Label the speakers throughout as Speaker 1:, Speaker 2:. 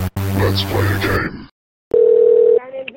Speaker 1: Let's play a game.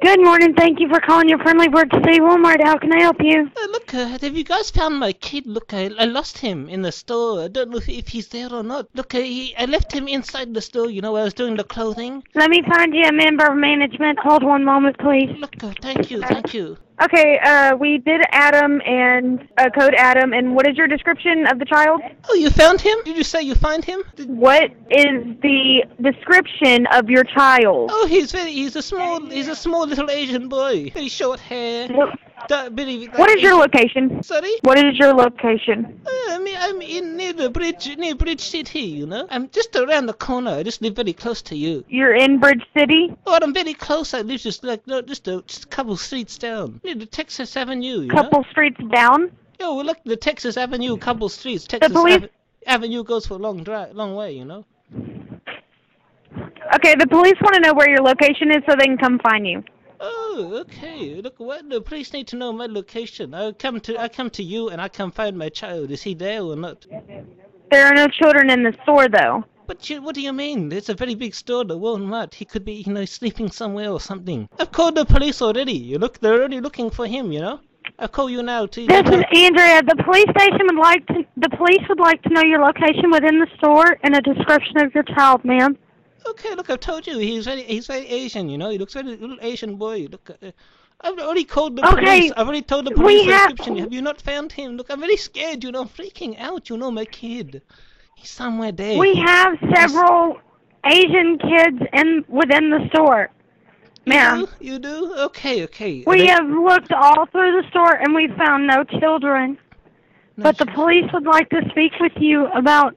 Speaker 2: Good morning. Thank you for calling your friendly word to see Walmart. How can I help you?
Speaker 3: Uh, look, uh, have you guys found my kid? Look, I, I lost him in the store. I don't know if, if he's there or not. Look, uh, he, I left him inside the store, you know, where I was doing the clothing.
Speaker 2: Let me find you a member of management. Hold one moment, please.
Speaker 3: Look, uh, thank you, thank you.
Speaker 4: Okay, uh, we did Adam and uh, code Adam. And what is your description of the child?
Speaker 3: Oh, you found him? Did you say you find him? Did,
Speaker 4: What is the description of your child?
Speaker 3: oh, he's very, he's a small, he's a small little Asian boy. Very short hair.
Speaker 4: What-
Speaker 3: Dark, very,
Speaker 4: What is your location?
Speaker 3: Sorry?
Speaker 4: What is your location?
Speaker 3: Uh, I'm, I'm in near the bridge, near Bridge City, you know? I'm just around the corner. I just live very close to you.
Speaker 4: You're in Bridge City.
Speaker 3: Oh, I'm very close. I live just like no, just a just a couple streets down near the Texas Avenue. You know?
Speaker 4: Couple streets down.
Speaker 3: Yo, well, look, the Texas Avenue, couple streets. Texas
Speaker 4: police-
Speaker 3: Ave- Avenue goes for a long drive, long way. You know.
Speaker 4: Okay, the police want to know where your location is so they can come find you.
Speaker 3: Oh, okay. Look, what the police need to know my location. I come to I come to you and I come find my child. Is he there or not?
Speaker 4: There are no children in the store, though.
Speaker 3: But you, what do you mean? It's a very big store, the Walmart. He could be, you know, sleeping somewhere or something. I've called the police already. You look, they're already looking for him. You know. I'll call you now to.
Speaker 2: This is Andrea. The police station would like to, the police would like to know your location within the store and a description of your child, ma'am.
Speaker 3: Okay, look, I've told you, he's very, he's very Asian, you know. He looks very little Asian boy. Look, uh, I've already called the
Speaker 2: Okay,
Speaker 3: police. I've already told the police
Speaker 2: we have-
Speaker 3: description. Have you not found him? Look, I'm very scared, you know. I'm freaking out, you know, my kid. He's somewhere there.
Speaker 2: We have several Asian kids in within the store, ma'am.
Speaker 3: You, you do? Okay, okay. Are
Speaker 2: We
Speaker 3: they-
Speaker 2: have looked all through the store and we found no children.
Speaker 3: no,
Speaker 2: But the
Speaker 3: she-
Speaker 2: police would like to speak with you about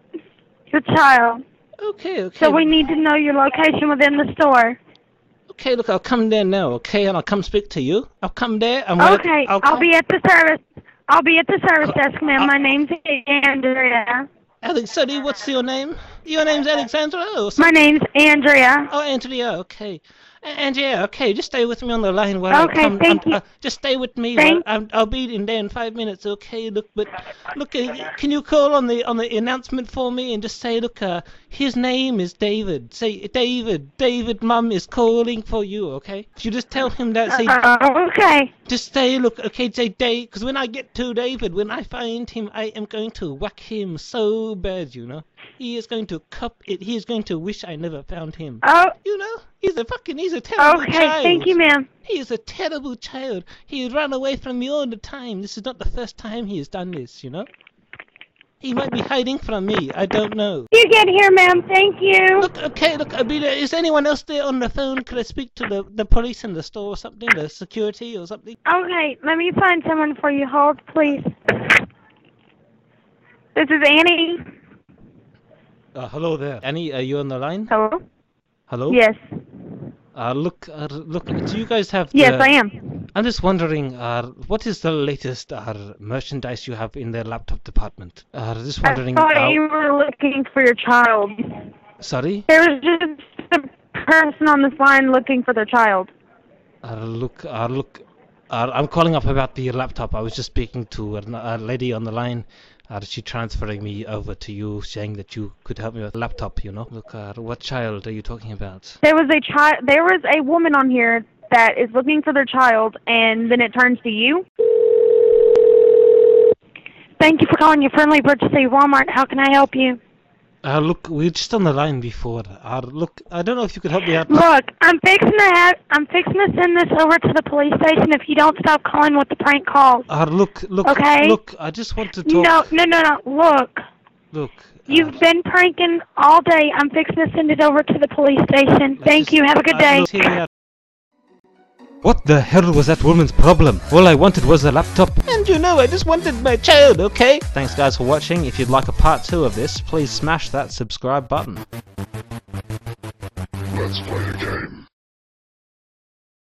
Speaker 2: your child.
Speaker 3: Okay, okay.
Speaker 2: So we need to know your location within the store.
Speaker 3: Okay, look, I'll come there now, okay? And I'll come speak to you. I'll come there. I'm gonna-
Speaker 2: Okay,
Speaker 3: I'll,
Speaker 2: I'll
Speaker 3: come-
Speaker 2: be at the service. I'll be at the service desk,
Speaker 3: uh,
Speaker 2: ma'am. My name's Andrea.
Speaker 3: Alex, sorry, what's your name? Your name's Alexandra Oh, or
Speaker 2: Uh,
Speaker 3: something?
Speaker 2: My name's Andrea.
Speaker 3: Oh, Andrea, okay. A- Andrea, okay, just stay with me on the line while
Speaker 2: Okay,
Speaker 3: I come.
Speaker 2: thank
Speaker 3: I'm-
Speaker 2: you.
Speaker 3: uh, just stay with me.
Speaker 2: Thank-
Speaker 3: While I'm, I'll be in there in five minutes, okay? Look, but look, uh, can you call on the on the announcement for me and just say, look, uh, his name is David. Say, David, David, Mum is calling for you, okay? If you just tell him that, say,
Speaker 2: Uh,
Speaker 4: Oh,
Speaker 2: okay.
Speaker 3: just say, look, okay, say Dave, because when I get to David, when I find him, I am going to whack him so bad, you know. He is going to cup it. He is going to wish I never found him.
Speaker 2: Oh,
Speaker 3: You know, he's a fucking, he's a terrible
Speaker 2: okay.
Speaker 3: Oh, child.
Speaker 2: Thank you, ma'am.
Speaker 3: He is a terrible child. He ran away from me all the time. This is not the first time he has done this, you know? He might be hiding from me. I don't know.
Speaker 2: You get here, ma'am. Thank you.
Speaker 3: Look, okay, look, I mean, uh, is anyone else there on the phone? Could I speak to the, the police in the store or something? The security or something?
Speaker 2: Okay, let me find someone for you. Hold, please.
Speaker 4: This is Annie.
Speaker 3: Uh, hello there. Annie, are you on the line?
Speaker 4: Hello.
Speaker 3: Hello?
Speaker 4: Yes.
Speaker 3: Uh, look, uh, look, do you guys have
Speaker 4: Yes,
Speaker 3: the...
Speaker 4: I am.
Speaker 3: I'm just wondering, uh, what is the latest uh, merchandise you have in the laptop department? Uh, just
Speaker 4: I
Speaker 3: wondering... uh,
Speaker 4: thought you were looking for your child.
Speaker 3: Sorry?
Speaker 4: There was just a person on this line looking for their child.
Speaker 3: Uh, look, uh, look, uh, I'm calling up about the laptop. I was just speaking to a, a lady on the line. Uh, she transferring me over to you, saying that you could help me with the laptop. You know, look, uh, what child are you talking about?
Speaker 4: There was a child. There was a woman on here that is looking for their child, and then it turns to you.
Speaker 2: Thank you for calling your friendly word to see Walmart. How can I help you?
Speaker 3: Uh, look, we were just on the line before. Uh, look, I don't know if you could help me out.
Speaker 2: Look, I'm fixing to have, I'm fixing to send this over to the police station if you don't stop calling with the prank calls.
Speaker 3: Uh, look, look,
Speaker 2: Okay.
Speaker 3: look, I just want to talk.
Speaker 2: No, no, no, no. Look,
Speaker 3: Look. uh,
Speaker 2: you've been pranking all day. I'm fixing to send it over to the police station.
Speaker 3: I
Speaker 2: Thank
Speaker 3: just-
Speaker 2: you. Have a good
Speaker 3: uh,
Speaker 2: day.
Speaker 3: look, hear me out. What the hell was that woman's problem? All I wanted was a laptop. And you know, I just wanted my child, okay? Thanks, guys, for watching. If you'd like a part two of this, please smash that subscribe button.
Speaker 1: Let's play a game.